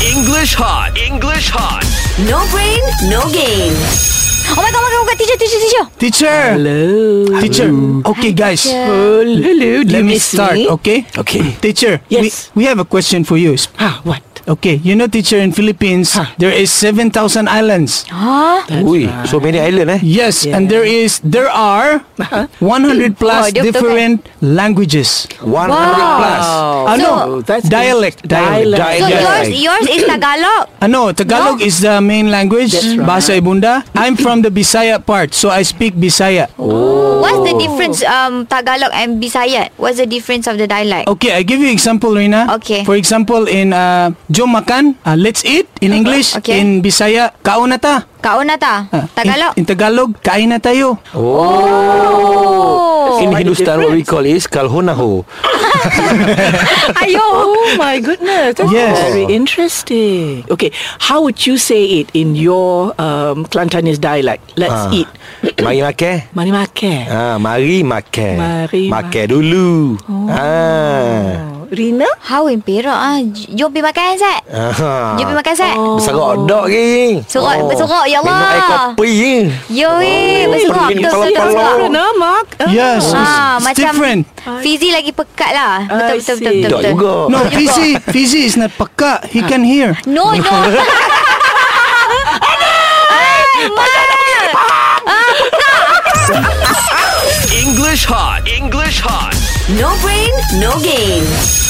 English hot. English hot. No brain, no game. Oh my god, oh my god, oh my god. teacher, teacher, teacher. Teacher. Hello. Teacher. Okay, guys. Hello. Do Let you me miss start, me? okay? Okay. Teacher, Yes. we, we have a question for you. Ah, what? Okay, you know, teacher, in Philippines, Huh. there is 7,000 islands. Huh? Ui, so many island eh. Yes, and there is, there are 100 plus Oh, dia betul kan? different languages. 100 plus. Ah, no, So- That's dialect. Dialect. Dialect. So Yeah. yours, yours is Tagalog. Ah, no, Tagalog No? is the main language, bahasa ibunda. I'm from the Bisaya part, so I speak Bisaya. What's the difference um Tagalog and Bisayat? What's the difference of the dialect? Okay, I give you example, Rina. Okay. For example, in uh, Jom Makan, uh, let's eat in English. Okay. In Bisaya, kaon na ta. Kaon na ta? Ah, Tagalog? In, in Tagalog, kain na tayo. oh. In Hindustan, what we call is kalhonaho. Ayo. Oh my goodness. That's Yes. very interesting. Okay, how would you say it in your um, Kelantanese dialect? Let's Ah. eat. Mari makan. Mari makan. Ah, mari makan. Mari makan dulu. Oh. Ha. Ah. Oh, Rina? How in Perak ah? Jom pergi makan, Zat. Ah. Jom pergi makan, Zat. Berserok dog ni. Serok- berserok, ya Allah. Minum air kopi ni. Yo, eh. Berserok. pergi ni Betul, betul, kepala-kepala. betul. Rina, Mark. Yes, Ah, it's, it's macam different. Fizi lagi pekat lah. Betul, I betul, see. betul, betul, Dog betul. juga. No, Fizi, Fizi is not paka. He can hear. No, no. Ay, Mak. English hot. English hot. No brain, no game.